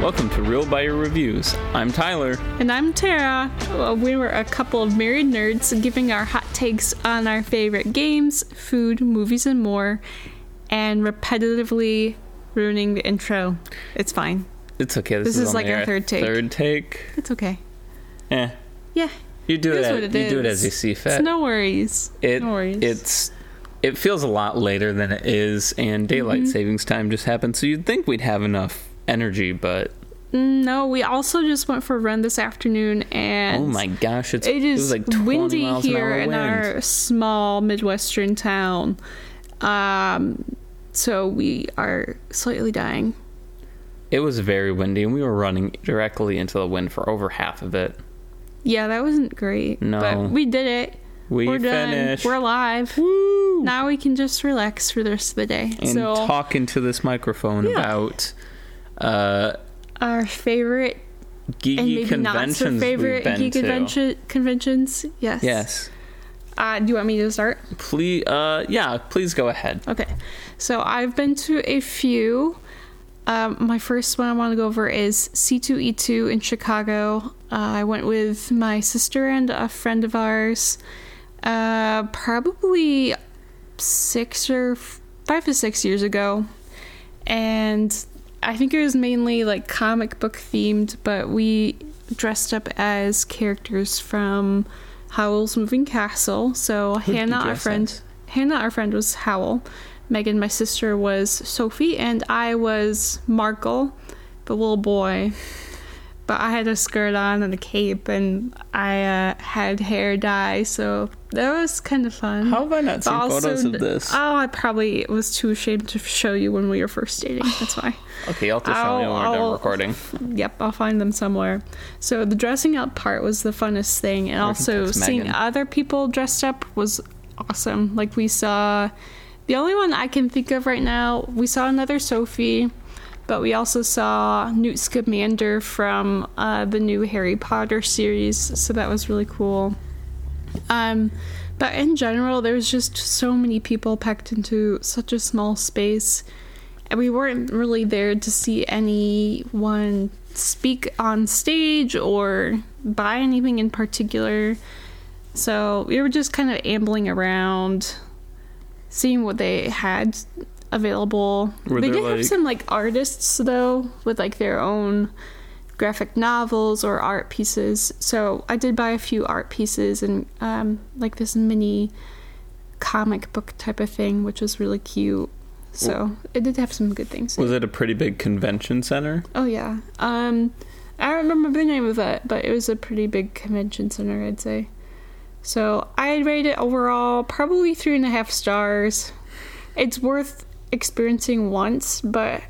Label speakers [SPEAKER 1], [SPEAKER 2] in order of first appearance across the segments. [SPEAKER 1] Welcome to Real Buyer Reviews. I'm Tyler.
[SPEAKER 2] And I'm Tara. Well, we were a couple of married nerds giving our hot takes on our favorite games, food, movies, and more, and repetitively ruining the intro. It's fine.
[SPEAKER 1] It's okay. This,
[SPEAKER 2] This is
[SPEAKER 1] only
[SPEAKER 2] like our third take.
[SPEAKER 1] Third take.
[SPEAKER 2] It's okay.
[SPEAKER 1] Eh.
[SPEAKER 2] Yeah,
[SPEAKER 1] You do
[SPEAKER 2] It
[SPEAKER 1] it.
[SPEAKER 2] is
[SPEAKER 1] as,
[SPEAKER 2] what it
[SPEAKER 1] you do it
[SPEAKER 2] is.
[SPEAKER 1] as you see fit.
[SPEAKER 2] it's no worries.
[SPEAKER 1] it,
[SPEAKER 2] no worries.
[SPEAKER 1] It's. It feels a lot later than it is, and daylight
[SPEAKER 2] Mm-hmm.
[SPEAKER 1] savings time just happened, so you'd think we'd have enough energy, but oh
[SPEAKER 2] no. We also just went for a run this afternoon, and
[SPEAKER 1] oh my gosh, it's
[SPEAKER 2] it
[SPEAKER 1] was
[SPEAKER 2] is
[SPEAKER 1] like 20
[SPEAKER 2] windy
[SPEAKER 1] miles an
[SPEAKER 2] here
[SPEAKER 1] hour
[SPEAKER 2] in
[SPEAKER 1] wind.
[SPEAKER 2] our small midwestern town. Um, so we are slightly dying.
[SPEAKER 1] It was very windy, and we were running directly into the wind for over half of it.
[SPEAKER 2] Yeah, that wasn't great.
[SPEAKER 1] No.
[SPEAKER 2] But we did it.
[SPEAKER 1] We
[SPEAKER 2] are
[SPEAKER 1] finished.
[SPEAKER 2] done. We're alive.
[SPEAKER 1] Woo!
[SPEAKER 2] Now we can just relax for the rest of the day.
[SPEAKER 1] and
[SPEAKER 2] so,
[SPEAKER 1] talking to this microphone
[SPEAKER 2] Yeah.
[SPEAKER 1] about uh,
[SPEAKER 2] our favorite
[SPEAKER 1] geeky
[SPEAKER 2] and maybe not
[SPEAKER 1] E conventions
[SPEAKER 2] so favorite
[SPEAKER 1] we've been
[SPEAKER 2] geek
[SPEAKER 1] to.
[SPEAKER 2] convention, conventions. Yes.
[SPEAKER 1] Yes,
[SPEAKER 2] Uh, do you want me to start?
[SPEAKER 1] please. Uh, yeah, please go ahead.
[SPEAKER 2] Okay. So, I've been to a few. Um, my first one I want to go over is C2E2 in Chicago. Uh, I went with my sister and a friend of ours, uh, probably six or f- five to six years ago. and I think it was mainly like comic book themed, but we dressed up as characters from Howl's Moving Castle. So
[SPEAKER 1] did you
[SPEAKER 2] Hannah, our
[SPEAKER 1] dress
[SPEAKER 2] friend,
[SPEAKER 1] as?
[SPEAKER 2] Hannah, our friend was Howl. Megan, my sister, was Sophie, and I was Markle, the little boy. But I had a skirt on and a cape, and I uh, had hair dye, so that was kind of fun.
[SPEAKER 1] How have I not
[SPEAKER 2] But
[SPEAKER 1] seen photos of
[SPEAKER 2] d-
[SPEAKER 1] this?
[SPEAKER 2] Oh, I probably was too ashamed to show you when we were first dating. That's why.
[SPEAKER 1] okay, I'll have to show me when we're done
[SPEAKER 2] I'll-
[SPEAKER 1] recording.
[SPEAKER 2] yep, I'll find them somewhere. So the dressing up part was the funnest thing, and also
[SPEAKER 1] text
[SPEAKER 2] seeing
[SPEAKER 1] Megan.
[SPEAKER 2] other people dressed up was awesome. Like we saw, the only one I can think of right now, we saw another Sophie, but we also saw Newt Scamander from uh, the new Harry Potter series, so that was really cool. Um, but in general, there was just so many people packed into such a small space, and we weren't really there to see anyone speak on stage or buy anything in particular. So we were just kind of ambling around, seeing what they had available.
[SPEAKER 1] Were
[SPEAKER 2] they
[SPEAKER 1] there,
[SPEAKER 2] did
[SPEAKER 1] like-
[SPEAKER 2] have some like artists though, with like their own graphic novels or art pieces. So I did buy a few art pieces and um, like this mini comic book type of thing, which was really cute. So it did have some good things.
[SPEAKER 1] Was it a pretty big convention center?
[SPEAKER 2] Oh yeah. Um, I don't remember the name of it, but it was a pretty big convention center, I'd say. So I'd rate it overall probably three and a half stars. It's worth experiencing once, but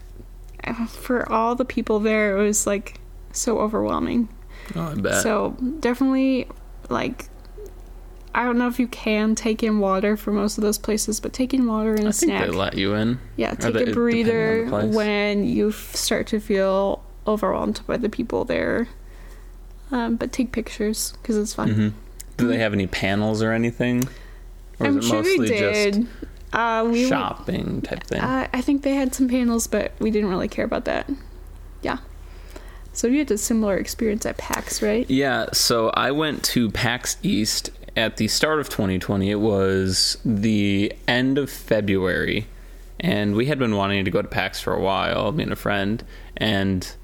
[SPEAKER 2] uh, for all the people there, it was like so overwhelming.
[SPEAKER 1] Oh, I bet.
[SPEAKER 2] So definitely, like, I don't know if you can take in water for most of those places, but take in water and a
[SPEAKER 1] I think
[SPEAKER 2] snack.
[SPEAKER 1] they let you in.
[SPEAKER 2] Yeah, take
[SPEAKER 1] they-
[SPEAKER 2] a
[SPEAKER 1] depending on the
[SPEAKER 2] breather
[SPEAKER 1] place.
[SPEAKER 2] when you f- start to feel overwhelmed by the people there. Um, but take pictures because it's fun.
[SPEAKER 1] hmm Do they have any panels or anything? Mm-hmm. Or
[SPEAKER 2] I'm
[SPEAKER 1] is it
[SPEAKER 2] sure they
[SPEAKER 1] mostly
[SPEAKER 2] did. uh, we
[SPEAKER 1] just
[SPEAKER 2] went-
[SPEAKER 1] shopping type thing?
[SPEAKER 2] Uh, I think they had some panels, but we didn't really care about that. Yeah. So you had a similar experience at PAX, right?
[SPEAKER 1] Yeah, so I went to PAX East at the start of 2020. It was the end of February, and we had been wanting to go to PAX for a while, me and a friend, and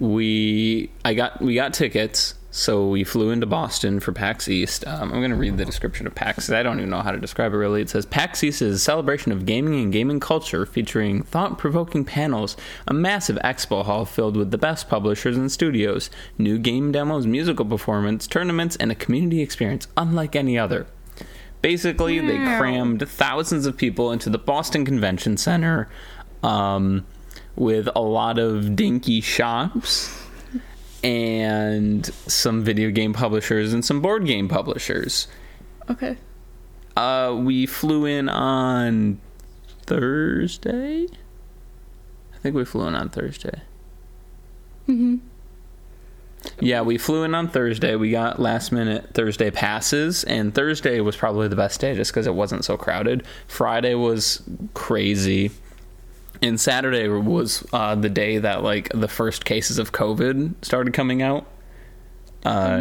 [SPEAKER 1] we I got we got tickets. So we flew into Boston for PAX East. Um, I'm going to read the description of PAX. 'cause I don't even know how to describe it really. It says PAX East is a celebration of gaming and gaming culture, featuring thought-provoking panels, a massive expo hall filled with the best publishers and studios, new game demos, musical performance, tournaments, and a community experience unlike any other. Basically, they
[SPEAKER 2] Wow.
[SPEAKER 1] crammed thousands of people into the Boston Convention Center um, with a lot of dinky shops and some video game publishers and some board game publishers.
[SPEAKER 2] Okay.
[SPEAKER 1] Uh, we flew in on Thursday. I think we flew in on Thursday.
[SPEAKER 2] hmm
[SPEAKER 1] Yeah, we flew in on Thursday. We got last minute Thursday passes, and Thursday was probably the best day just because it wasn't so crowded. Friday was crazy. And Saturday was uh, the day that like the first cases of COVID started coming out. Uh,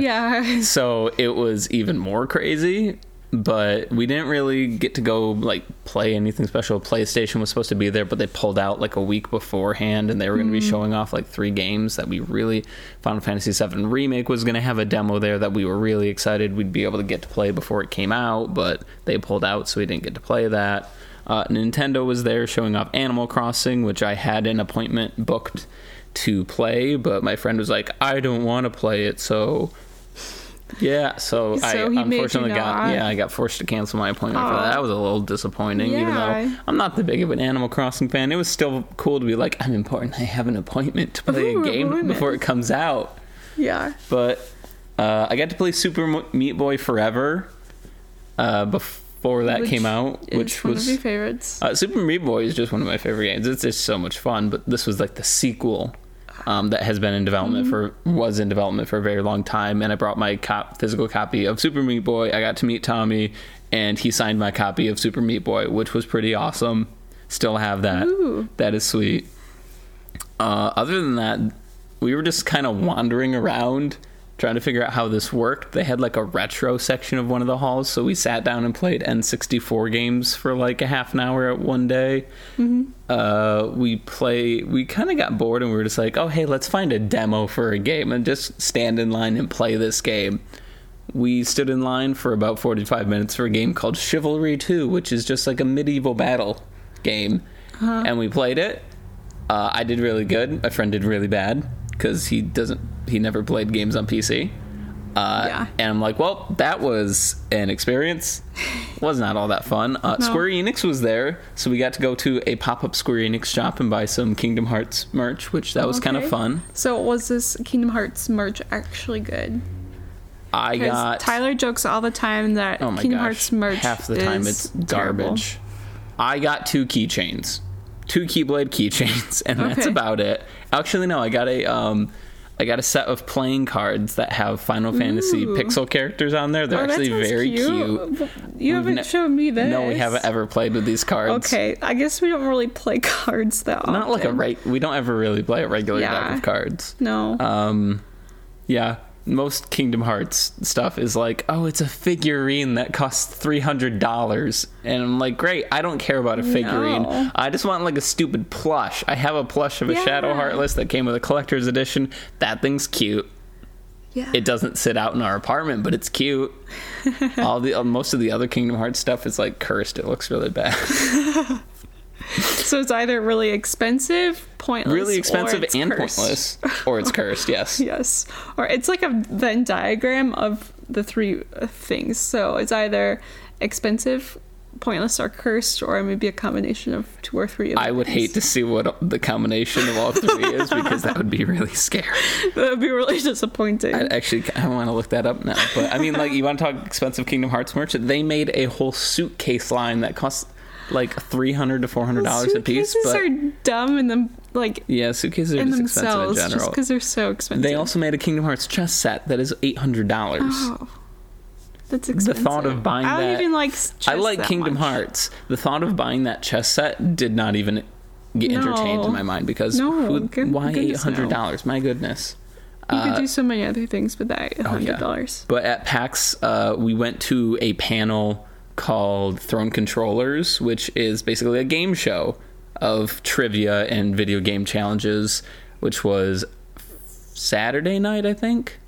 [SPEAKER 2] yeah.
[SPEAKER 1] So it was even more crazy, but we didn't really get to go like play anything special. PlayStation was supposed to be there, but they pulled out like a week beforehand and they were going to be showing off like three games that we really Final Fantasy 7 Remake was going to have a demo there that we were really excited we'd be able to get to play before it came out, but they pulled out so we didn't get to play that. Uh, Nintendo was there showing off Animal Crossing, which I had an appointment booked to play, but my friend was like, "I don't want to play it," so yeah, so, I
[SPEAKER 2] So he made you
[SPEAKER 1] unfortunately got
[SPEAKER 2] not.
[SPEAKER 1] yeah I got forced to cancel my appointment for that.
[SPEAKER 2] Aw.
[SPEAKER 1] That was a little disappointing, even
[SPEAKER 2] Yeah.
[SPEAKER 1] though I'm not the big of an Animal Crossing fan. It was still cool to be like, "I'm important. I have an appointment to play
[SPEAKER 2] Ooh,
[SPEAKER 1] a game
[SPEAKER 2] appointment.
[SPEAKER 1] before it comes out."
[SPEAKER 2] Yeah.
[SPEAKER 1] but uh, I got to play Super Mo- Meat Boy Forever uh, before that
[SPEAKER 2] Which
[SPEAKER 1] came out,
[SPEAKER 2] It's
[SPEAKER 1] which
[SPEAKER 2] one
[SPEAKER 1] was
[SPEAKER 2] of your favorites.
[SPEAKER 1] uh, Super Meat Boy is just one of my favorite games. It's just so much fun. But this was like the sequel um, that has been in development for was in development for a very long time. And I brought my cop, physical copy of Super Meat Boy. I got to meet Tommy, and he signed my copy of Super Meat Boy, which was pretty awesome. Still have that.
[SPEAKER 2] Ooh.
[SPEAKER 1] That is sweet. Uh, other than that, we were just kind of wandering around trying to figure out how this worked. They had like a retro section of one of the halls, so we sat down and played N64 games for like a half an hour at one day. Uh, we play. We kind of got bored, and we were just like, "Oh, hey, let's find a demo for a game and just stand in line and play this game." We stood in line for about 45 minutes for a game called Chivalry 2, which is just like a medieval battle game. And we played it. Uh, I did really good. My friend did really bad because he doesn't. He never played games on PC. Uh,
[SPEAKER 2] Yeah.
[SPEAKER 1] And I'm like, well, that was an experience. was not all that fun. Uh,
[SPEAKER 2] No.
[SPEAKER 1] Square Enix was there, so we got to go to a pop up Square Enix shop and buy some Kingdom Hearts merch, which that was kind of
[SPEAKER 2] Okay.
[SPEAKER 1] fun.
[SPEAKER 2] So was this Kingdom Hearts merch actually good?
[SPEAKER 1] I
[SPEAKER 2] Because
[SPEAKER 1] got
[SPEAKER 2] Tyler jokes all the time that
[SPEAKER 1] oh my
[SPEAKER 2] Kingdom
[SPEAKER 1] gosh,
[SPEAKER 2] Hearts merch
[SPEAKER 1] half the time
[SPEAKER 2] is
[SPEAKER 1] it's
[SPEAKER 2] terrible.
[SPEAKER 1] garbage. I got two keychains, two Keyblade keychains, and that's
[SPEAKER 2] Okay.
[SPEAKER 1] about it. Actually, no, I got a um, I got a set of playing cards that have Final Fantasy
[SPEAKER 2] Ooh.
[SPEAKER 1] pixel characters on there. They're
[SPEAKER 2] Oh, that
[SPEAKER 1] actually
[SPEAKER 2] sounds
[SPEAKER 1] very cute.
[SPEAKER 2] W- You
[SPEAKER 1] We've
[SPEAKER 2] haven't
[SPEAKER 1] ne-
[SPEAKER 2] shown me this.
[SPEAKER 1] No, we haven't ever played with these cards.
[SPEAKER 2] Okay, I guess we don't really play cards that often.
[SPEAKER 1] Not like a right. We don't ever really play a regular deck
[SPEAKER 2] Yeah.
[SPEAKER 1] of cards.
[SPEAKER 2] No.
[SPEAKER 1] Um, yeah, most Kingdom Hearts stuff is like, oh, it's a figurine that costs three hundred dollars, and I'm like, great, I don't care about a figurine.
[SPEAKER 2] No.
[SPEAKER 1] I just want like a stupid plush. I have a plush of a Shadow
[SPEAKER 2] Yeah.
[SPEAKER 1] Heartless that came with a collector's edition. That thing's cute.
[SPEAKER 2] yeah.
[SPEAKER 1] It doesn't sit out in our apartment, but it's cute. All the uh, most of the other Kingdom Hearts stuff is like cursed. It looks really bad.
[SPEAKER 2] so it's either really expensive, pointless,
[SPEAKER 1] really
[SPEAKER 2] or
[SPEAKER 1] expensive
[SPEAKER 2] it's
[SPEAKER 1] and
[SPEAKER 2] cursed.
[SPEAKER 1] pointless, or it's cursed. Yes.
[SPEAKER 2] Yes, or it's like a Venn diagram of the three uh, things. So it's either expensive, pointless, or cursed, or maybe a combination of two or three. Of
[SPEAKER 1] I would hate to see what the combination of all three is because that would be really scary.
[SPEAKER 2] that would be really disappointing.
[SPEAKER 1] I actually I want to look that up now. But I mean, like, you want to talk expensive Kingdom Hearts merch? They made a whole suitcase line that costs like three hundred to four hundred dollars a piece.
[SPEAKER 2] Suitcases
[SPEAKER 1] But
[SPEAKER 2] are dumb in them, like
[SPEAKER 1] yeah, suitcases are
[SPEAKER 2] in
[SPEAKER 1] just expensive in
[SPEAKER 2] themselves, just
[SPEAKER 1] general.
[SPEAKER 2] because they're so expensive.
[SPEAKER 1] They also made a Kingdom Hearts chess set that is eight hundred dollars.
[SPEAKER 2] Oh, that's expensive.
[SPEAKER 1] thought of buying
[SPEAKER 2] I don't
[SPEAKER 1] that-
[SPEAKER 2] even like. s-
[SPEAKER 1] I
[SPEAKER 2] chess
[SPEAKER 1] like
[SPEAKER 2] that
[SPEAKER 1] Kingdom
[SPEAKER 2] much.
[SPEAKER 1] Hearts. The thought of buying that chess set did not even get entertained
[SPEAKER 2] No.
[SPEAKER 1] in my mind because
[SPEAKER 2] No,
[SPEAKER 1] who,
[SPEAKER 2] good-
[SPEAKER 1] why eight
[SPEAKER 2] goodness, no.
[SPEAKER 1] hundred dollars? My goodness.
[SPEAKER 2] You
[SPEAKER 1] Uh,
[SPEAKER 2] could do so many other things with that
[SPEAKER 1] oh,
[SPEAKER 2] hundred dollars.
[SPEAKER 1] But at PAX, uh, we went to a panel called Throne Controllers, which is basically a game show of trivia and video game challenges, which was Saturday night, I think.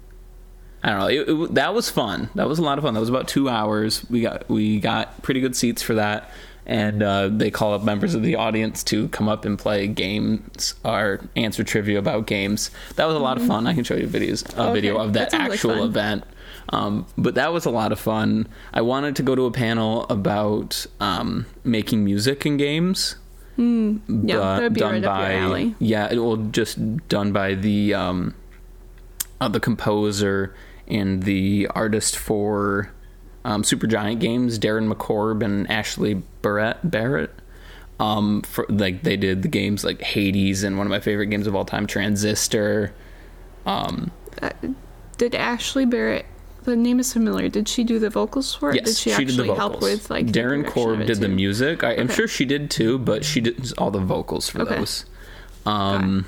[SPEAKER 1] I don't know. It, it, wa- that was fun. That was a lot of fun. That was about two hours. We got we got pretty good seats for that, and uh, they call up members of the audience to come up and play games or answer trivia about games. That was a lot of fun. I can show you videos a
[SPEAKER 2] Okay.
[SPEAKER 1] video of that,
[SPEAKER 2] That sounds like
[SPEAKER 1] actual
[SPEAKER 2] fun.
[SPEAKER 1] event. Um, but that was a lot of fun. I wanted to go to a panel about um, making music in games.
[SPEAKER 2] Yeah,
[SPEAKER 1] but
[SPEAKER 2] that would be right up your alley.
[SPEAKER 1] Yeah, it will just done by the um, uh, the composer and the artist for um, Supergiant Games, Darren McCorb and Ashley Barrett. Barrett. Um, for, like they did the games like Hades and one of my favorite games of all time, Transistor.
[SPEAKER 2] Uh, did Ashley Barrett the name is familiar. Did she do the vocals for it?
[SPEAKER 1] Yes,
[SPEAKER 2] did she,
[SPEAKER 1] did the
[SPEAKER 2] actually
[SPEAKER 1] vocals.
[SPEAKER 2] help with like the
[SPEAKER 1] Darren
[SPEAKER 2] production of
[SPEAKER 1] Korb
[SPEAKER 2] it,
[SPEAKER 1] did the
[SPEAKER 2] too?
[SPEAKER 1] music. I, I'm
[SPEAKER 2] Okay.
[SPEAKER 1] sure she did too, but she did all the vocals for
[SPEAKER 2] Okay.
[SPEAKER 1] those. Um,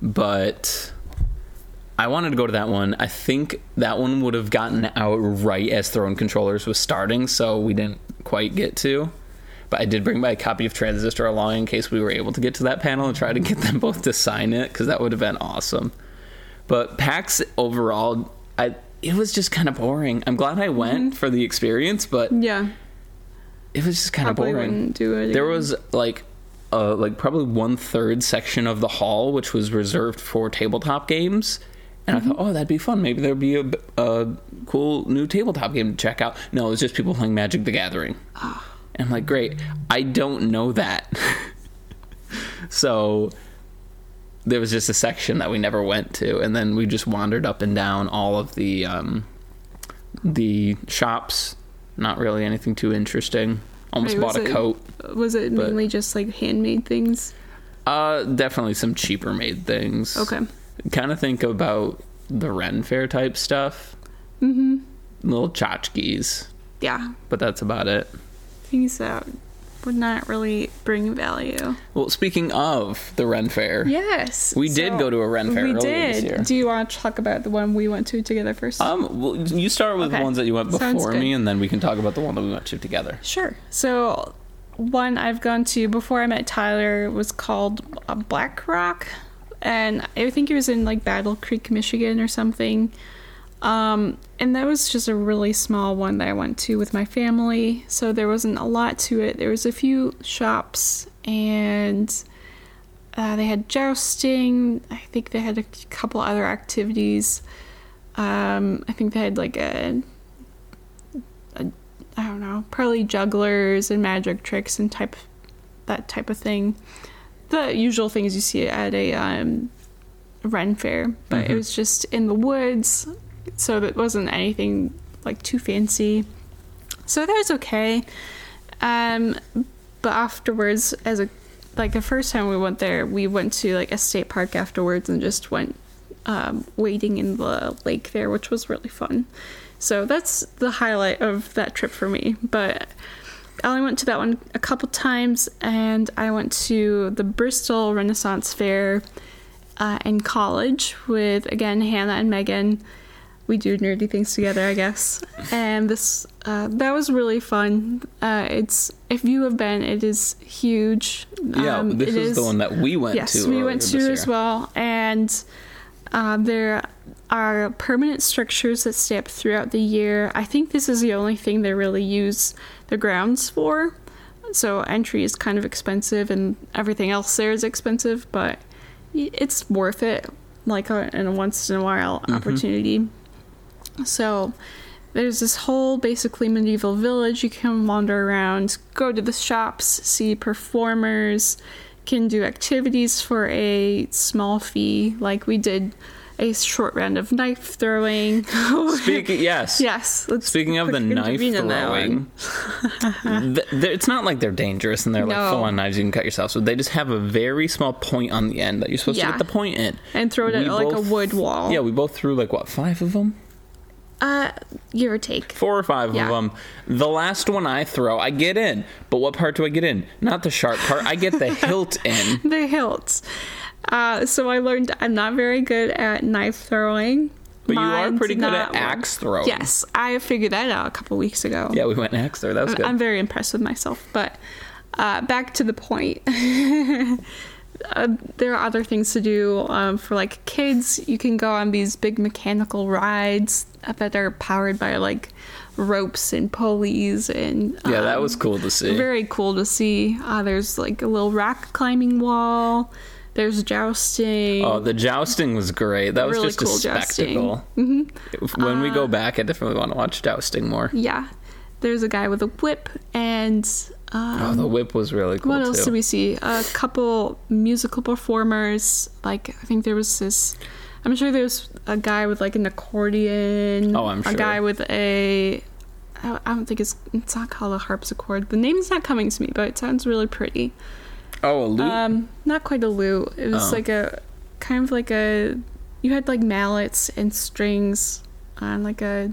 [SPEAKER 1] but I wanted to go to that one. I think that one would have gotten out right as Throne Controllers was starting, so we didn't quite get to. But I did bring my copy of Transistor along in case we were able to get to that panel and try to get them both to sign it because that would have been awesome. But PAX overall, I it was just kind of boring. I'm glad I went
[SPEAKER 2] Mm-hmm.
[SPEAKER 1] for the experience, but
[SPEAKER 2] Yeah,
[SPEAKER 1] it was just kind of
[SPEAKER 2] probably
[SPEAKER 1] boring.
[SPEAKER 2] wouldn't do it.
[SPEAKER 1] There
[SPEAKER 2] again.
[SPEAKER 1] was like, uh, like probably one third section of the hall which was reserved for tabletop games, and I
[SPEAKER 2] Mm-hmm.
[SPEAKER 1] thought, oh, that'd be fun. Maybe there'd be a, b- a cool new tabletop game to check out. No, it was just people playing Magic the Gathering.
[SPEAKER 2] Ah.
[SPEAKER 1] And I'm like, great. I don't know that. so there was just a section that we never went to, and then we just wandered up and down all of the um, the shops. Not really anything too interesting. Almost
[SPEAKER 2] Wait,
[SPEAKER 1] bought
[SPEAKER 2] was
[SPEAKER 1] a
[SPEAKER 2] it-
[SPEAKER 1] coat.
[SPEAKER 2] was it
[SPEAKER 1] but-
[SPEAKER 2] mainly just like handmade things?
[SPEAKER 1] Uh, definitely some cheaper made things.
[SPEAKER 2] Okay.
[SPEAKER 1] Kind of think about the Ren Fair type stuff,
[SPEAKER 2] Mm-hmm.
[SPEAKER 1] little tchotchkes,
[SPEAKER 2] Yeah,
[SPEAKER 1] but that's about it.
[SPEAKER 2] things that would not really bring value.
[SPEAKER 1] Well, speaking of the Ren Fair,
[SPEAKER 2] Yes,
[SPEAKER 1] We did go to a Ren Fair
[SPEAKER 2] We
[SPEAKER 1] earlier this
[SPEAKER 2] did.
[SPEAKER 1] year.
[SPEAKER 2] Do you want to talk about the one we went to together first?
[SPEAKER 1] um, well, you start with
[SPEAKER 2] Okay.
[SPEAKER 1] ones that you went
[SPEAKER 2] Sounds
[SPEAKER 1] before me,
[SPEAKER 2] good.
[SPEAKER 1] and then we can talk about the one that we went to together.
[SPEAKER 2] Sure. So, one I've gone to before I met Tyler was called uh, Black Rock, and I think it was in like Battle Creek, Michigan, or something. Um, and that was just a really small one that I went to with my family, so there wasn't a lot to it. There was a few shops, and uh, they had jousting. I think they had a couple other activities. Um, I think they had like a I don't know, probably jugglers and magic tricks and type that type of thing. The usual things you see at a um, Ren fair, but it
[SPEAKER 1] Mhm.
[SPEAKER 2] was just in the woods, so it wasn't anything like too fancy. So that was okay. Um, but afterwards, as a like the first time we went there, we went to like a state park afterwards and just went um, wading in the lake there, which was really fun. So that's the highlight of that trip for me. But I only went to that one a couple times, and I went to the Bristol Renaissance Fair uh, in college with again Hannah and Megan. We do nerdy things together, I guess. And this uh, that was really fun. Uh, it's if you have been, it is huge.
[SPEAKER 1] Yeah,
[SPEAKER 2] Um,
[SPEAKER 1] this
[SPEAKER 2] it
[SPEAKER 1] is the one that we went
[SPEAKER 2] yes,
[SPEAKER 1] to.
[SPEAKER 2] we
[SPEAKER 1] earlier
[SPEAKER 2] went
[SPEAKER 1] this
[SPEAKER 2] to
[SPEAKER 1] year.
[SPEAKER 2] as well, and uh, there are permanent structures that stay up throughout the year. I think this is the only thing they really use the grounds for. So entry is kind of expensive, and everything else there is expensive, but y- it's worth it. Like a, in a once in a while
[SPEAKER 1] Mm-hmm.
[SPEAKER 2] opportunity. So there's this whole basically medieval village. You can wander around, go to the shops, see performers, can do activities for a small fee. Like we did a short round of knife throwing.
[SPEAKER 1] Speaking, yes.
[SPEAKER 2] yes. Let's
[SPEAKER 1] Speaking of
[SPEAKER 2] put
[SPEAKER 1] the knife
[SPEAKER 2] intervene in that one.
[SPEAKER 1] throwing, th- th- it's not like they're dangerous and they're like
[SPEAKER 2] No.
[SPEAKER 1] full on knives you can cut yourself. So they just have a very small point on the end that you're supposed
[SPEAKER 2] Yeah.
[SPEAKER 1] to get the point in.
[SPEAKER 2] And throw it at
[SPEAKER 1] We
[SPEAKER 2] like
[SPEAKER 1] both-
[SPEAKER 2] a wood wall.
[SPEAKER 1] Yeah, we both threw like what five of them,
[SPEAKER 2] Uh, give or take.
[SPEAKER 1] four or five
[SPEAKER 2] Yeah.
[SPEAKER 1] of them. The last one I throw, I get in. But what part do I get in? Not the sharp part. I get the hilt in.
[SPEAKER 2] The hilts. Uh, so I learned I'm not very good at knife throwing.
[SPEAKER 1] But you
[SPEAKER 2] Mine
[SPEAKER 1] are pretty
[SPEAKER 2] did
[SPEAKER 1] good at
[SPEAKER 2] not work.
[SPEAKER 1] axe throwing.
[SPEAKER 2] Yes, I figured that out a couple weeks ago.
[SPEAKER 1] Yeah, we went axe throw. That was good.
[SPEAKER 2] I'm very impressed with myself. But uh, back to the point. uh, there are other things to do um, for like kids. You can go on these big mechanical rides that are powered by like ropes and pulleys and
[SPEAKER 1] yeah, that
[SPEAKER 2] um,
[SPEAKER 1] was cool to see.
[SPEAKER 2] very cool to see. Uh, there's like a little rock climbing wall. There's jousting.
[SPEAKER 1] Oh, the jousting was great. That was
[SPEAKER 2] Really
[SPEAKER 1] just a
[SPEAKER 2] cool jousting. Mm-hmm. Uh,
[SPEAKER 1] spectacle. If- When we go back, I definitely want to watch jousting more.
[SPEAKER 2] yeah. There's a guy with a whip and uh,
[SPEAKER 1] Oh, the whip was really cool
[SPEAKER 2] what else
[SPEAKER 1] too.
[SPEAKER 2] did we see? A couple musical performers. Like I think there was this. I'm sure there's a guy with like an accordion.
[SPEAKER 1] Oh, I'm sure.
[SPEAKER 2] A guy with a. I I don't think it's it's not called a harpsichord. The name's not coming to me, but it sounds really pretty.
[SPEAKER 1] oh, a loop.
[SPEAKER 2] Um, not quite a lute. It was
[SPEAKER 1] Oh.
[SPEAKER 2] like a kind of like a. You had like mallets and strings on like a.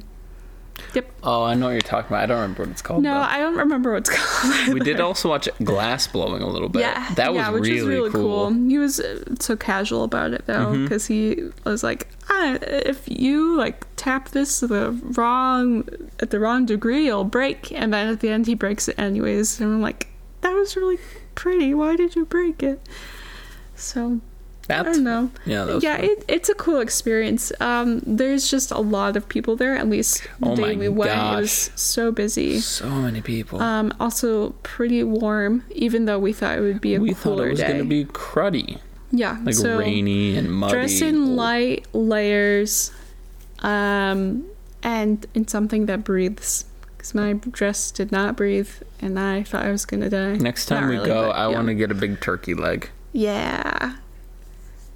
[SPEAKER 2] Yep.
[SPEAKER 1] Oh, I know what you're talking about. I don't remember what it's called.
[SPEAKER 2] No,
[SPEAKER 1] though.
[SPEAKER 2] I don't remember what's called.
[SPEAKER 1] we did
[SPEAKER 2] either.
[SPEAKER 1] also watch glass blowing a little bit.
[SPEAKER 2] Yeah,
[SPEAKER 1] that was
[SPEAKER 2] yeah, which
[SPEAKER 1] really,
[SPEAKER 2] is really
[SPEAKER 1] cool. Mm-hmm.
[SPEAKER 2] He was uh, so casual about it though, because he was like, ah, "If you like tap this to the wrong at the wrong degree, it'll break." And then at the end, he breaks it anyways. And I'm like, "That was really pretty. Why did you break it?" So I
[SPEAKER 1] That's
[SPEAKER 2] don't know.
[SPEAKER 1] yeah, that was
[SPEAKER 2] Um, yeah,
[SPEAKER 1] fun.
[SPEAKER 2] it, it's a cool experience. Um, there's just a lot of people there. At least the
[SPEAKER 1] Oh
[SPEAKER 2] day
[SPEAKER 1] my
[SPEAKER 2] we went, it was
[SPEAKER 1] gosh.
[SPEAKER 2] so busy.
[SPEAKER 1] so many people.
[SPEAKER 2] Um, also pretty warm, even though we thought it would be a
[SPEAKER 1] we
[SPEAKER 2] cooler
[SPEAKER 1] thought it was
[SPEAKER 2] day.
[SPEAKER 1] going to be cruddy,
[SPEAKER 2] yeah,
[SPEAKER 1] like
[SPEAKER 2] so
[SPEAKER 1] rainy and muddy.
[SPEAKER 2] dress in light layers, um, and in something that breathes. Because my dress did not breathe, and I thought I was gonna die.
[SPEAKER 1] Next time
[SPEAKER 2] Not
[SPEAKER 1] we
[SPEAKER 2] really,
[SPEAKER 1] go,
[SPEAKER 2] but,
[SPEAKER 1] I
[SPEAKER 2] yeah.
[SPEAKER 1] want to get a big turkey leg.
[SPEAKER 2] Yeah,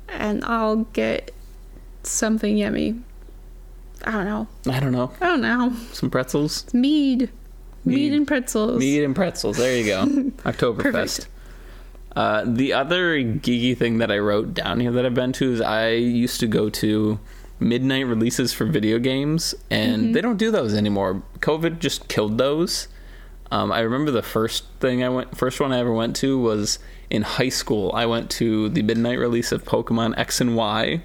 [SPEAKER 2] and I'll get something yummy. I don't know.
[SPEAKER 1] I don't know,
[SPEAKER 2] I don't know.
[SPEAKER 1] some pretzels,
[SPEAKER 2] Mead. Mead,
[SPEAKER 1] Mead.
[SPEAKER 2] and pretzels.
[SPEAKER 1] meat and pretzels. There you go, Oktoberfest.
[SPEAKER 2] Perfect.
[SPEAKER 1] Uh, the other geeky thing that I wrote down here that I've been to is I used to go to midnight releases for video games, and
[SPEAKER 2] Mm-hmm.
[SPEAKER 1] they don't do those anymore. COVID just killed those. Um, I remember the first thing I went, first one I ever went to was in high school. I went to the midnight release of Pokemon X and Y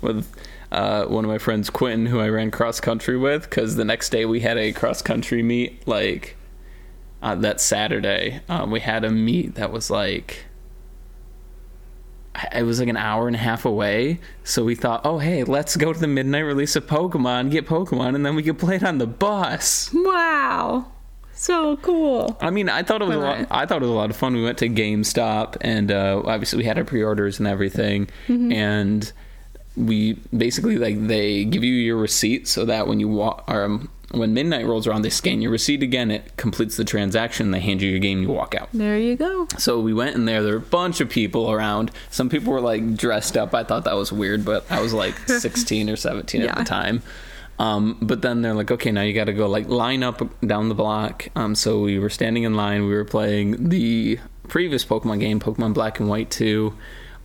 [SPEAKER 1] with uh, one of my friends, Quentin, who I ran cross country with, because the next day we had a cross country meet. Like uh, that Saturday, um, we had a meet that was like it was like an hour and a half away. So we thought, oh hey, let's go to the midnight release of Pokemon, get Pokemon, and then we could play it on the bus.
[SPEAKER 2] Wow. So cool.
[SPEAKER 1] I mean, I thought it was a
[SPEAKER 2] Well,
[SPEAKER 1] lot. I thought it was a lot of fun. We went to GameStop, and uh, obviously we had our pre-orders and everything. And we basically like they give you your receipt so that when you walk or um, when midnight rolls around, they scan your receipt again. It completes the transaction. They hand you your game. You walk out.
[SPEAKER 2] There you go.
[SPEAKER 1] So we went in there. There were a bunch of people around. Some people were like dressed up. I thought that was weird, but I was like 16 or 17 at
[SPEAKER 2] Yeah.
[SPEAKER 1] the time. Um, but then they're like, okay, now you got to go like line up down the block. Um, so we were standing in line. We were playing the previous Pokemon game, Pokemon Black and White 2.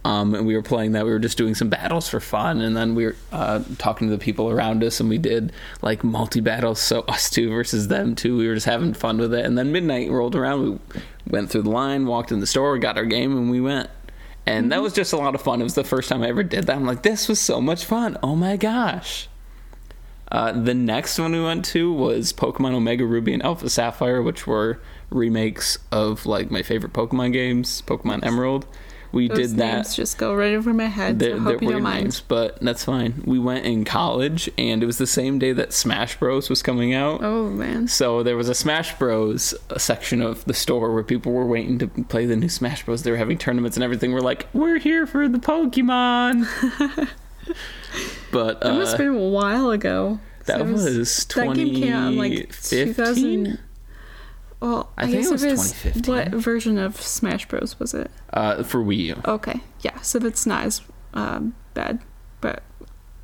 [SPEAKER 1] Um, and we were playing that. We were just doing some battles for fun, and then we were uh, talking to the people around us, and we did like multi battles. So us two versus them two. We were just having fun with it. And then midnight rolled around. We went through the line, walked in the store, got our game, and we went. And
[SPEAKER 2] Mm-hmm.
[SPEAKER 1] that was just a lot of fun. It was the first time I ever did that. I'm like, this was so much fun. Oh my gosh. Uh, the next one we went to was Pokemon Omega Ruby and Alpha Sapphire, which were remakes of like my favorite Pokemon games, Pokemon Emerald. We
[SPEAKER 2] Those
[SPEAKER 1] did that.
[SPEAKER 2] names just go right over my head.
[SPEAKER 1] They're,
[SPEAKER 2] so I
[SPEAKER 1] they're
[SPEAKER 2] hope you
[SPEAKER 1] weird
[SPEAKER 2] don't mind.
[SPEAKER 1] names, but that's fine. We went in college, and it was the same day that Smash Bros was coming out.
[SPEAKER 2] Oh man.
[SPEAKER 1] So there was a Smash Bros section of the store where people were waiting to play the new Smash Bros. They were having tournaments and everything. We're like, we're here for the Pokemon. but
[SPEAKER 2] That
[SPEAKER 1] uh,
[SPEAKER 2] must have been a while ago. 'Cause
[SPEAKER 1] that
[SPEAKER 2] I
[SPEAKER 1] was
[SPEAKER 2] that game came out in like
[SPEAKER 1] 2015?
[SPEAKER 2] 2000. Well,
[SPEAKER 1] I
[SPEAKER 2] I,
[SPEAKER 1] think it
[SPEAKER 2] guess
[SPEAKER 1] was
[SPEAKER 2] if it's-
[SPEAKER 1] 2015.
[SPEAKER 2] What version of Smash Bros was it?
[SPEAKER 1] uh, for Wii U.
[SPEAKER 2] Okay, yeah. So that's not as um, bad, but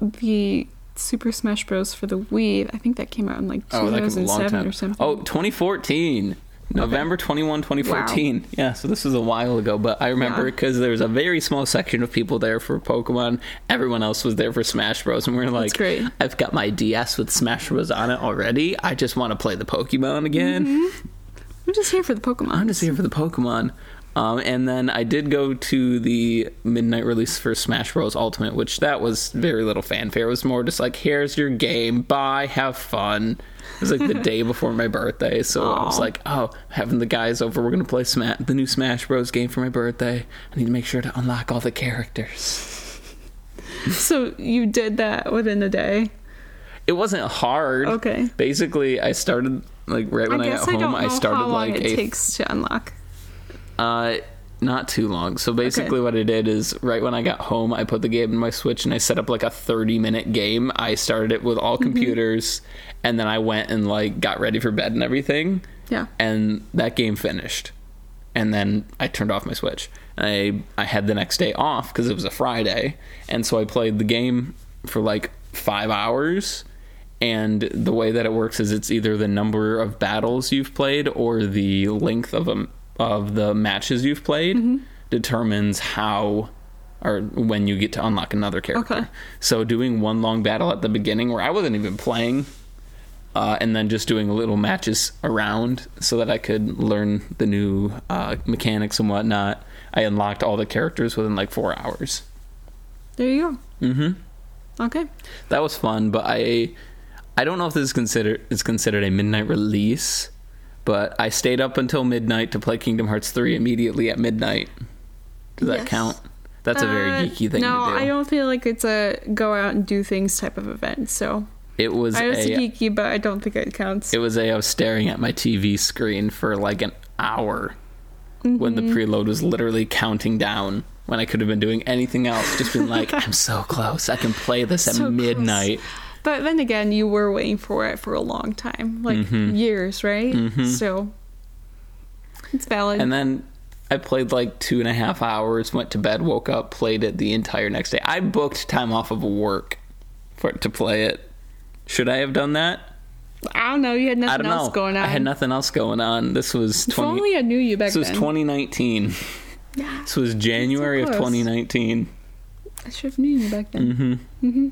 [SPEAKER 2] the Super Smash Bros for the Wii, I think that came out in like
[SPEAKER 1] Oh, that could be a long
[SPEAKER 2] 2007
[SPEAKER 1] time.
[SPEAKER 2] or something.
[SPEAKER 1] Oh, 2014. November 21, 2014. Yeah, so this was a while ago, but I remember
[SPEAKER 2] Yeah.
[SPEAKER 1] because there was a very small section of people there for Pokemon. Everyone else was there for Smash Bros. And we are like,
[SPEAKER 2] great.
[SPEAKER 1] I've got my DS with Smash Bros. on it already. I just want to play the Pokemon again.
[SPEAKER 2] I'm just here for the Pokemon.
[SPEAKER 1] I'm just here for the Pokemon. Um, and then I did go to the midnight release for Smash Bros. Ultimate, which that was very little fanfare. It was more just like, here's your game, bye, have fun. It was like the day before my birthday, so I was
[SPEAKER 2] Aw.
[SPEAKER 1] like, oh, having the guys over, we're gonna play Sma- the new Smash Bros. game for my birthday. I need to make sure to unlock all the characters.
[SPEAKER 2] So you did that within a day.
[SPEAKER 1] It wasn't hard.
[SPEAKER 2] Okay.
[SPEAKER 1] Basically, I started like right when I, got
[SPEAKER 2] guess I
[SPEAKER 1] home.
[SPEAKER 2] don't know
[SPEAKER 1] I started
[SPEAKER 2] how long
[SPEAKER 1] like
[SPEAKER 2] it
[SPEAKER 1] a
[SPEAKER 2] takes to unlock.
[SPEAKER 1] Uh, not too long. So basically, what I did is right when I got home, I put the game in my Switch and I set up like a 30 minute game. I started it with all computers, and then I went and like got ready for bed and everything.
[SPEAKER 2] Yeah.
[SPEAKER 1] And that game finished, and then I turned off my Switch. I I had the next day off because it was a Friday, and so I played the game for like five hours. And the way that it works is it's either the number of battles you've played or the length of a, of the matches you've played determines how or when you get to unlock another character.
[SPEAKER 2] Okay.
[SPEAKER 1] So doing one long battle at the beginning where I wasn't even playing, uh, and then just doing little matches around so that I could learn the new uh, mechanics and whatnot. I unlocked all the characters within like four hours.
[SPEAKER 2] There you
[SPEAKER 1] Mm hmm.
[SPEAKER 2] go. Okay.
[SPEAKER 1] That was fun, but I I don't know if this is considered is considered a midnight release, but I stayed up until midnight to play Kingdom Hearts 3 immediately at midnight. Does that
[SPEAKER 2] Yes.
[SPEAKER 1] count? That's a very
[SPEAKER 2] Uh,
[SPEAKER 1] geeky thing
[SPEAKER 2] No,
[SPEAKER 1] to do.
[SPEAKER 2] I don't feel like it's a go out and do things type of event. So
[SPEAKER 1] It was
[SPEAKER 2] I know it's
[SPEAKER 1] a
[SPEAKER 2] geeky, but I don't think it counts.
[SPEAKER 1] it was a I was staring at my TV screen for like an hour when
[SPEAKER 2] Mm-hmm.
[SPEAKER 1] the preload was literally counting down when I could have been doing anything else just been like I'm so close I can play this at
[SPEAKER 2] So close.
[SPEAKER 1] midnight
[SPEAKER 2] But then again, you were waiting for it for a long time, like
[SPEAKER 1] Mm-hmm.
[SPEAKER 2] years, right? So it's valid.
[SPEAKER 1] and then I played like two and a half hours went to bed woke up played it the entire next day I booked time off of work for to play it should I have done that
[SPEAKER 2] I don't know. You had
[SPEAKER 1] I
[SPEAKER 2] nothing
[SPEAKER 1] don't
[SPEAKER 2] else
[SPEAKER 1] know
[SPEAKER 2] going on.
[SPEAKER 1] I had nothing else going on this was
[SPEAKER 2] If
[SPEAKER 1] 20
[SPEAKER 2] only I knew you back
[SPEAKER 1] this was
[SPEAKER 2] then.
[SPEAKER 1] 2019
[SPEAKER 2] Yeah,
[SPEAKER 1] this was January of
[SPEAKER 2] close.
[SPEAKER 1] 2019
[SPEAKER 2] I should have known you back then.
[SPEAKER 1] Mm-hmm.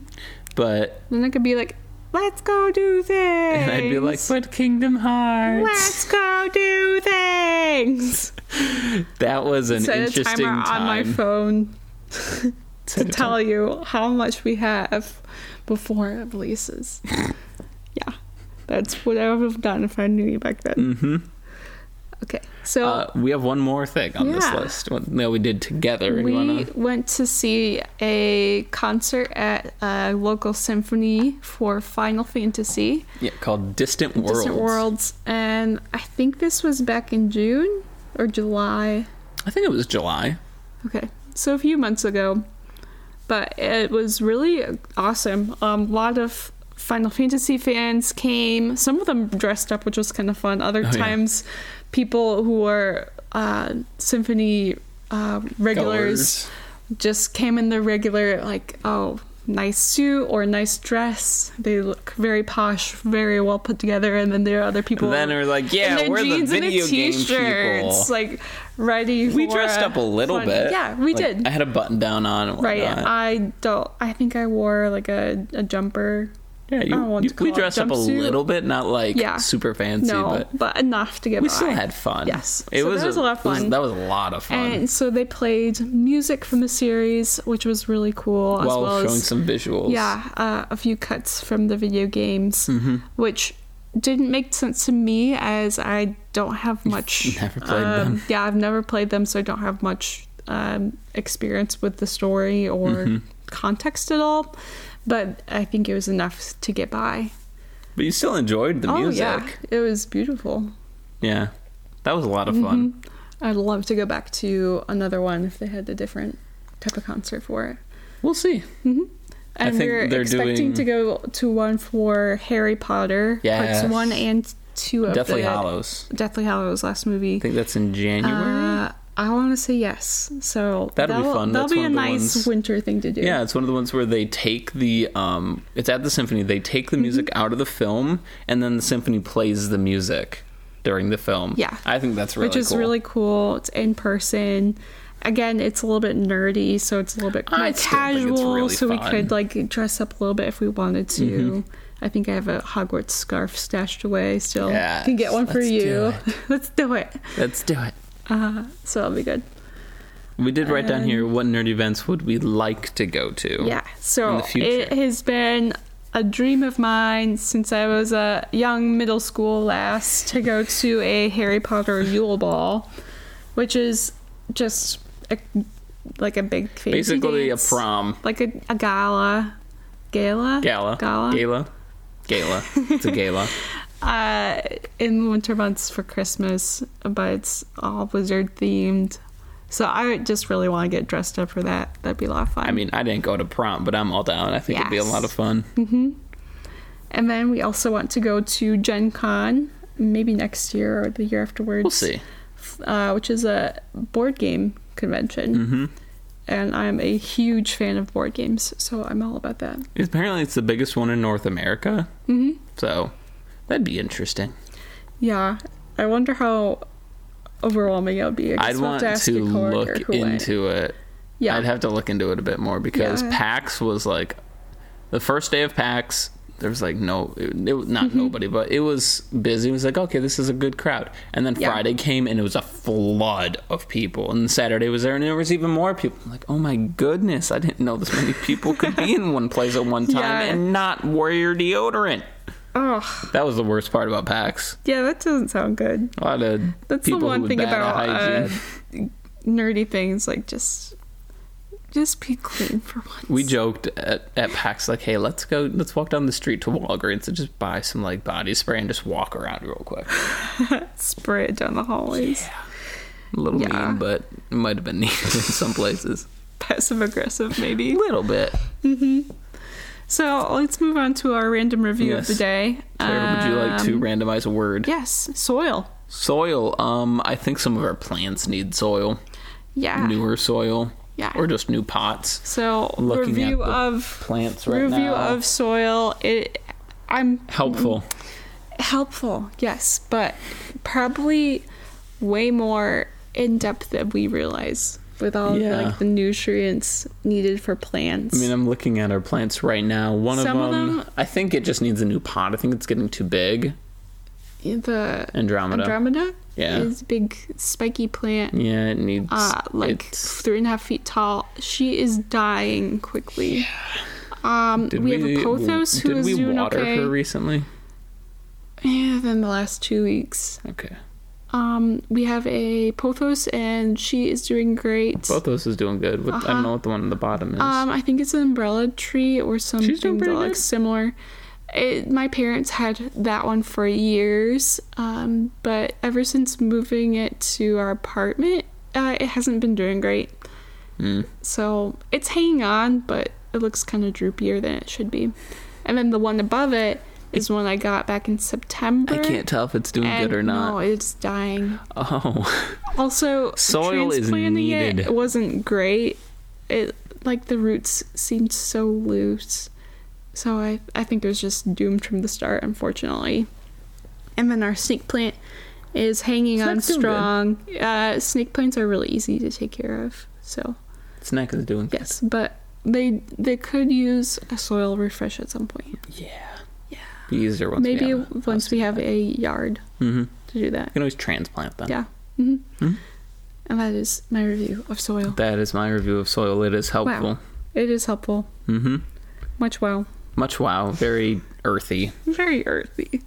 [SPEAKER 1] but
[SPEAKER 2] Then I could be like, "Let's go do things."
[SPEAKER 1] And I'd be like, but Kingdom Hearts.
[SPEAKER 2] "Let's go do things."
[SPEAKER 1] That was an
[SPEAKER 2] Set a
[SPEAKER 1] interesting
[SPEAKER 2] timer
[SPEAKER 1] time.
[SPEAKER 2] on my phone to
[SPEAKER 1] Set a
[SPEAKER 2] tell you how much we have before it releases. yeah, that's what I would have done if I knew you back then.
[SPEAKER 1] hmm
[SPEAKER 2] Okay, so
[SPEAKER 1] Uh, we have one more thing on this
[SPEAKER 2] Yeah.
[SPEAKER 1] list one- that we did together. You
[SPEAKER 2] we
[SPEAKER 1] wanna-
[SPEAKER 2] went to see a concert at a local symphony for Final Fantasy
[SPEAKER 1] Yeah, called Distant Worlds.
[SPEAKER 2] Distant Worlds, and I think this was back in June or July.
[SPEAKER 1] I think it was July.
[SPEAKER 2] Okay, so a few months ago, but it was really awesome. Um, a lot of Final Fantasy fans came. Some of them dressed up, which was kind of fun. Other
[SPEAKER 1] yeah.
[SPEAKER 2] times, people who were uh, symphony uh, regulars
[SPEAKER 1] Goers.
[SPEAKER 2] just came in their regular like oh nice suit or nice dress. They look very posh, very well put together, and then there are other people.
[SPEAKER 1] And then we're like,
[SPEAKER 2] in
[SPEAKER 1] yeah,
[SPEAKER 2] their
[SPEAKER 1] we're the
[SPEAKER 2] jeans and their
[SPEAKER 1] video game people.
[SPEAKER 2] t-shirts, like ready.
[SPEAKER 1] we
[SPEAKER 2] for
[SPEAKER 1] dressed up a little
[SPEAKER 2] fun-
[SPEAKER 1] bit.
[SPEAKER 2] Yeah, we
[SPEAKER 1] Like,
[SPEAKER 2] did.
[SPEAKER 1] I had a button down on. And
[SPEAKER 2] Right. uh,
[SPEAKER 1] whatnot.
[SPEAKER 2] I don't. I think I wore like a, a jumper.
[SPEAKER 1] yeah,
[SPEAKER 2] don't
[SPEAKER 1] you,
[SPEAKER 2] want
[SPEAKER 1] you-
[SPEAKER 2] to
[SPEAKER 1] we
[SPEAKER 2] call it
[SPEAKER 1] dressed up a
[SPEAKER 2] jumpsuit.
[SPEAKER 1] little bit, not like
[SPEAKER 2] Yeah.
[SPEAKER 1] super fancy,
[SPEAKER 2] no,
[SPEAKER 1] but
[SPEAKER 2] but, enough to get
[SPEAKER 1] we
[SPEAKER 2] by.
[SPEAKER 1] still had fun.
[SPEAKER 2] Yes.
[SPEAKER 1] it
[SPEAKER 2] So
[SPEAKER 1] was,
[SPEAKER 2] that was a lot of
[SPEAKER 1] it was-
[SPEAKER 2] fun.
[SPEAKER 1] that was a lot of fun.
[SPEAKER 2] and so they played music from the series, which was really cool, as
[SPEAKER 1] while
[SPEAKER 2] well
[SPEAKER 1] showing
[SPEAKER 2] as
[SPEAKER 1] some visuals.
[SPEAKER 2] yeah, uh, a few cuts from the video games,
[SPEAKER 1] Mm-hmm.
[SPEAKER 2] which didn't make sense to me as I don't have much.
[SPEAKER 1] never played
[SPEAKER 2] um,
[SPEAKER 1] them.
[SPEAKER 2] Yeah, I've never played them, so I don't have much um, experience with the story or
[SPEAKER 1] Mm-hmm.
[SPEAKER 2] context at all. But I think it was enough to get by.
[SPEAKER 1] But you still enjoyed the music.
[SPEAKER 2] Oh
[SPEAKER 1] Yeah.
[SPEAKER 2] yeah, it was beautiful.
[SPEAKER 1] That was a lot of fun.
[SPEAKER 2] Mm-hmm. I'd love to go back to another one if they had a different type of concert for it.
[SPEAKER 1] We'll see.
[SPEAKER 2] And
[SPEAKER 1] think
[SPEAKER 2] we're
[SPEAKER 1] they're
[SPEAKER 2] expecting
[SPEAKER 1] doing-
[SPEAKER 2] to go to one for Harry Potter
[SPEAKER 1] Yes.
[SPEAKER 2] parts one and two of
[SPEAKER 1] Deathly
[SPEAKER 2] the
[SPEAKER 1] Hollows.
[SPEAKER 2] Deathly Hallows last
[SPEAKER 1] I
[SPEAKER 2] movie.
[SPEAKER 1] think that's in January.
[SPEAKER 2] Uh, I want to say yes. So
[SPEAKER 1] That'll be
[SPEAKER 2] that'll-
[SPEAKER 1] fun.
[SPEAKER 2] That'll
[SPEAKER 1] That's
[SPEAKER 2] be
[SPEAKER 1] one
[SPEAKER 2] a
[SPEAKER 1] of the
[SPEAKER 2] nice
[SPEAKER 1] ones-
[SPEAKER 2] winter thing to do.
[SPEAKER 1] yeah, it's one of the ones where they take the um it's at the symphony, they take the music
[SPEAKER 2] Mm-hmm.
[SPEAKER 1] out of the film and then the symphony plays the music during the film.
[SPEAKER 2] Yeah.
[SPEAKER 1] I think that's really
[SPEAKER 2] which is
[SPEAKER 1] cool.
[SPEAKER 2] really cool. It's in person. Again, it's a little bit nerdy, so it's a little bit more
[SPEAKER 1] I still think it's
[SPEAKER 2] casual.
[SPEAKER 1] really
[SPEAKER 2] so we
[SPEAKER 1] fun. Mm-hmm.
[SPEAKER 2] could like dress up a little bit if we wanted to. I think I have a Hogwarts scarf stashed away still.
[SPEAKER 1] Yes,
[SPEAKER 2] can get one for
[SPEAKER 1] let's do
[SPEAKER 2] you.
[SPEAKER 1] it.
[SPEAKER 2] let's do it.
[SPEAKER 1] Let's do it.
[SPEAKER 2] Uh, so that'll be good.
[SPEAKER 1] We did write down here what nerd events would we like to go to.
[SPEAKER 2] Uh, Yeah.
[SPEAKER 1] in
[SPEAKER 2] So
[SPEAKER 1] the future.
[SPEAKER 2] it has been a dream of mine since I was a young middle school lass to go to a Harry Potter Yule Ball, which is just a, like a big fancy
[SPEAKER 1] Basically a
[SPEAKER 2] dance,
[SPEAKER 1] prom
[SPEAKER 2] like a, a gala, gala,
[SPEAKER 1] gala.
[SPEAKER 2] gala,
[SPEAKER 1] Gala. Gala. It's a gala.
[SPEAKER 2] uh, in the winter months for Christmas, but it's all wizard themed. So I just really want to get dressed up for that. That'd be a lot of fun.
[SPEAKER 1] I mean, I didn't go to prom, but I'm all down. I think it'd be a
[SPEAKER 2] Yes.
[SPEAKER 1] lot of fun.
[SPEAKER 2] And then we also want to go to Gen Con, maybe next year or the year afterwards.
[SPEAKER 1] We'll see.
[SPEAKER 2] Uh, which is a board game convention.
[SPEAKER 1] Mm-hmm.
[SPEAKER 2] And I'm a huge fan of board games, so I'm all about that.
[SPEAKER 1] Apparently, it's the biggest one in North America. Mm-hmm. So that'd be interesting.
[SPEAKER 2] Yeah, I wonder how overwhelming it would be. I guess
[SPEAKER 1] I'd
[SPEAKER 2] we'll have
[SPEAKER 1] want
[SPEAKER 2] to, ask
[SPEAKER 1] to
[SPEAKER 2] a coworker
[SPEAKER 1] look
[SPEAKER 2] who went.
[SPEAKER 1] into it.
[SPEAKER 2] Yeah.
[SPEAKER 1] I'd have to look into it a bit more because
[SPEAKER 2] Yeah.
[SPEAKER 1] PAX was like the first day of PAX. There was like no, it, it was
[SPEAKER 2] Mm-hmm.
[SPEAKER 1] not nobody, but it was busy. It was like okay, this is a good crowd. And then
[SPEAKER 2] Yeah.
[SPEAKER 1] Friday came and it was a flood of people. And Saturday was there and there was even more people. I'm like oh my goodness, I didn't know this many people could be in one place at one time
[SPEAKER 2] Yeah.
[SPEAKER 1] and not wear your deodorant.
[SPEAKER 2] Oh,
[SPEAKER 1] That was the worst part about PAX.
[SPEAKER 2] yeah, that doesn't sound good.
[SPEAKER 1] A lot of
[SPEAKER 2] That's
[SPEAKER 1] people
[SPEAKER 2] the
[SPEAKER 1] who
[SPEAKER 2] one
[SPEAKER 1] was
[SPEAKER 2] thing
[SPEAKER 1] bad at
[SPEAKER 2] about uh,
[SPEAKER 1] hygiene.
[SPEAKER 2] nerdy things. Like just, just be clean for once.
[SPEAKER 1] we joked at, at PAX like, "Hey, let's go, let's walk down the street to Walgreens and just buy some like body spray and just walk around real quick."
[SPEAKER 2] spray it down the hallways.
[SPEAKER 1] A little
[SPEAKER 2] Yeah.
[SPEAKER 1] mean, but it might have been needed in some places.
[SPEAKER 2] Passive aggressive, maybe.
[SPEAKER 1] A little bit.
[SPEAKER 2] So let's move on to our random review
[SPEAKER 1] Yes.
[SPEAKER 2] of the day.
[SPEAKER 1] Claire, would you like to
[SPEAKER 2] Um,
[SPEAKER 1] randomize a word?
[SPEAKER 2] Yes, soil.
[SPEAKER 1] Soil. Um, I think some of our plants need soil,
[SPEAKER 2] Yeah.
[SPEAKER 1] newer soil,
[SPEAKER 2] Ah. Yeah.
[SPEAKER 1] or just new pots.
[SPEAKER 2] So
[SPEAKER 1] Looking at
[SPEAKER 2] review
[SPEAKER 1] the
[SPEAKER 2] of
[SPEAKER 1] Plants right
[SPEAKER 2] review
[SPEAKER 1] now.
[SPEAKER 2] of soil. It, I'm
[SPEAKER 1] helpful.
[SPEAKER 2] helpful, yes, but probably way more in depth than we realize with all of,
[SPEAKER 1] Yeah.
[SPEAKER 2] like the nutrients needed for plants.
[SPEAKER 1] I mean, I'm looking at our plants right now. One
[SPEAKER 2] Some
[SPEAKER 1] of
[SPEAKER 2] of
[SPEAKER 1] them,
[SPEAKER 2] them-
[SPEAKER 1] I think it just needs a new pot. I think it's getting too big.
[SPEAKER 2] the
[SPEAKER 1] Andromeda.
[SPEAKER 2] Andromeda
[SPEAKER 1] Yeah.
[SPEAKER 2] is a big spiky plant.
[SPEAKER 1] Yeah, it needs
[SPEAKER 2] uh, like
[SPEAKER 1] it's-
[SPEAKER 2] three and a half feet tall. She is dying quickly. Um,
[SPEAKER 1] Did
[SPEAKER 2] we, have a Pothos who
[SPEAKER 1] did
[SPEAKER 2] is
[SPEAKER 1] we
[SPEAKER 2] doing
[SPEAKER 1] water
[SPEAKER 2] okay.
[SPEAKER 1] her recently?
[SPEAKER 2] Yeah, than the last two weeks.
[SPEAKER 1] Okay,
[SPEAKER 2] Um, we have a Pothos and she is doing great.
[SPEAKER 1] both those is doing good. With, I don't know what the one on the bottom is.
[SPEAKER 2] Uh-huh. Um, I think it's an umbrella tree or something
[SPEAKER 1] doing
[SPEAKER 2] that
[SPEAKER 1] pretty good.
[SPEAKER 2] looks similar. It, my parents had that one for years, um, but ever since moving it to our apartment, uh, it hasn't been doing great.
[SPEAKER 1] Mm.
[SPEAKER 2] So it's hanging on, but it looks kind of droopier than it should be. And then the one above it is one I got back in September.
[SPEAKER 1] I can't tell if it's doing
[SPEAKER 2] and
[SPEAKER 1] good or
[SPEAKER 2] No,
[SPEAKER 1] not.
[SPEAKER 2] it's dying.
[SPEAKER 1] Oh,
[SPEAKER 2] Also,
[SPEAKER 1] Soil is
[SPEAKER 2] transplanting
[SPEAKER 1] needed.
[SPEAKER 2] It wasn't great. It like the roots seemed so loose. So I I think it was just doomed from the start, unfortunately. And then our snake plant is hanging on
[SPEAKER 1] Snake's doing good.
[SPEAKER 2] strong. Uh, snake plants are really easy to take care of. So
[SPEAKER 1] its neck is doing. good.
[SPEAKER 2] yes, but they they could use a soil refresh at some point.
[SPEAKER 1] Yeah.
[SPEAKER 2] Yeah.
[SPEAKER 1] Be easier once
[SPEAKER 2] Maybe
[SPEAKER 1] we have
[SPEAKER 2] once we have a yard
[SPEAKER 1] Mm-hmm. You
[SPEAKER 2] to do that.
[SPEAKER 1] can always transplant them.
[SPEAKER 2] Yeah. hmm
[SPEAKER 1] Mhm.
[SPEAKER 2] And that is my review of soil.
[SPEAKER 1] That is my review of soil. It is helpful.
[SPEAKER 2] It is helpful.
[SPEAKER 1] Mm-hmm.
[SPEAKER 2] Much well.
[SPEAKER 1] Much wow. Very earthy.
[SPEAKER 2] Very earthy.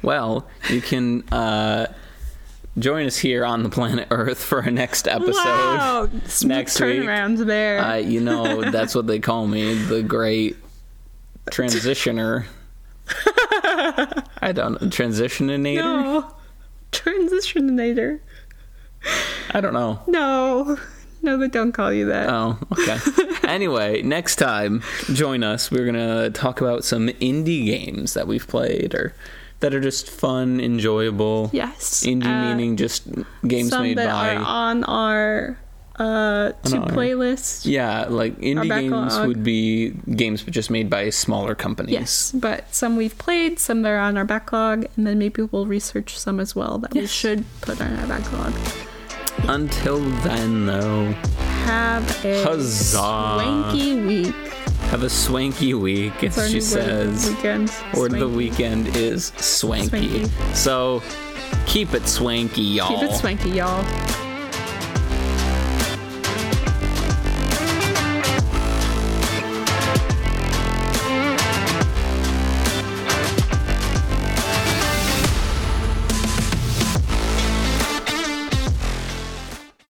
[SPEAKER 1] Well, you can uh, join us here on the planet Earth for our next episode.
[SPEAKER 2] Wow. Smooth
[SPEAKER 1] next week.
[SPEAKER 2] turnaround there.
[SPEAKER 1] Uh, you know, that's what they call me, the great transitioner. I don't know, transitioninator.
[SPEAKER 2] no. Transitionator.
[SPEAKER 1] I don't know.
[SPEAKER 2] No. No, they don't call you that.
[SPEAKER 1] Oh, okay. anyway, next time, join us. We're gonna talk about some indie games that we've played or that are just fun, enjoyable.
[SPEAKER 2] yes.
[SPEAKER 1] Indie
[SPEAKER 2] Uh,
[SPEAKER 1] meaning just games
[SPEAKER 2] some
[SPEAKER 1] made
[SPEAKER 2] that
[SPEAKER 1] by
[SPEAKER 2] are on our uh, to
[SPEAKER 1] our-
[SPEAKER 2] playlist.
[SPEAKER 1] yeah, like indie games
[SPEAKER 2] backlog.
[SPEAKER 1] would be games but just made by smaller companies.
[SPEAKER 2] Yes, but some we've played, some that are on our backlog, and then maybe we'll research some as well that we
[SPEAKER 1] Yes.
[SPEAKER 2] should put on our backlog.
[SPEAKER 1] Until then, though,
[SPEAKER 2] Have a
[SPEAKER 1] Huzzah.
[SPEAKER 2] swanky week.
[SPEAKER 1] have a swanky week. As
[SPEAKER 2] It's
[SPEAKER 1] she
[SPEAKER 2] our new word of
[SPEAKER 1] says.
[SPEAKER 2] the weekend.
[SPEAKER 1] Word of the
[SPEAKER 2] Swanky.
[SPEAKER 1] weekend is swanky.
[SPEAKER 2] Swanky.
[SPEAKER 1] So keep it swanky, y'all.
[SPEAKER 2] Keep it swanky, y'all.